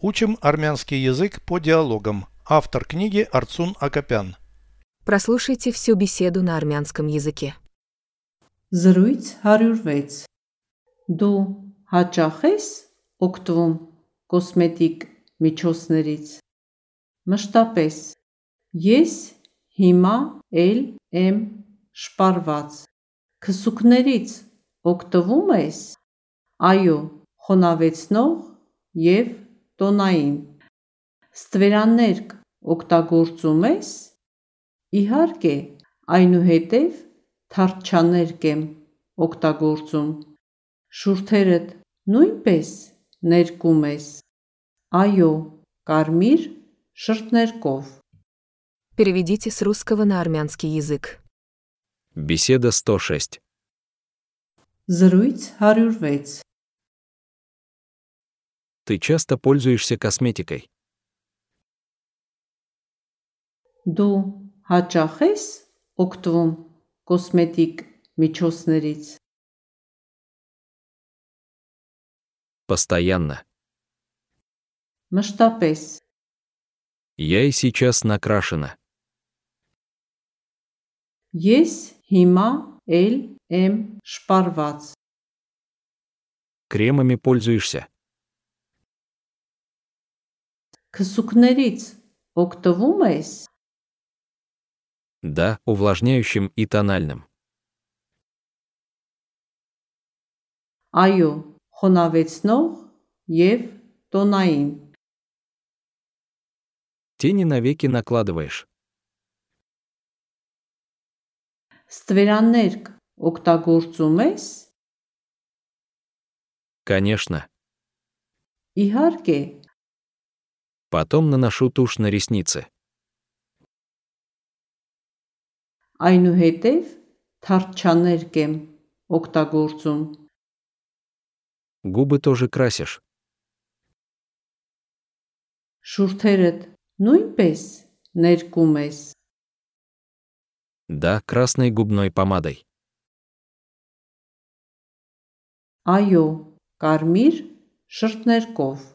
Учим армянский язык по диалогам. Автор книги Арцун Акопян. Прослушайте всю беседу на армянском языке. Զրույց 106 Դու հաճախ ես օգտվում կոսմետիկ միջոցներից։ Մշտապես։ Ես հիմա էլ եմ շպարված։ Քսուկներից օգտվում ես։ Այո, խոնավեցնող եւ տոնային։ Ստվերաներկ օգտագործում ես։ Իհարկե, այնուհետև թարչաներկ եմ օգտագործում։ Շուրթերդ նույնպես ներկում ես։ Այո, կարմիր շրթներկով։ Переведите с русского на армянский язык. Беседа 106. Զրույց 106 Ты часто пользуешься косметикой. Դու հաճախ ես օգտվում կոսմետիկ միջոցներից։ Постоянно. Մշտապես։ Я и сейчас накрашена. Ես հիմա էլ եմ շպարված։ Кремами пользуешься. Քսուկներից օգտվում ես։ Да, увлажняющим и тональным. Այո, խոնավեցնող եւ տոնային։ Тени навеки накладываешь. Ստվերաներկ օգտագործում ես։ Конечно. Իհարկե, Потом наношу тушь на ресницы. այնուհետև թարչաներկ եմ օգտագործում։ Губы тоже красишь. Շուրթերդ նույնպես ներկում ես։ Да, красной губной помадой. Այո, կարմիր շրթներկով։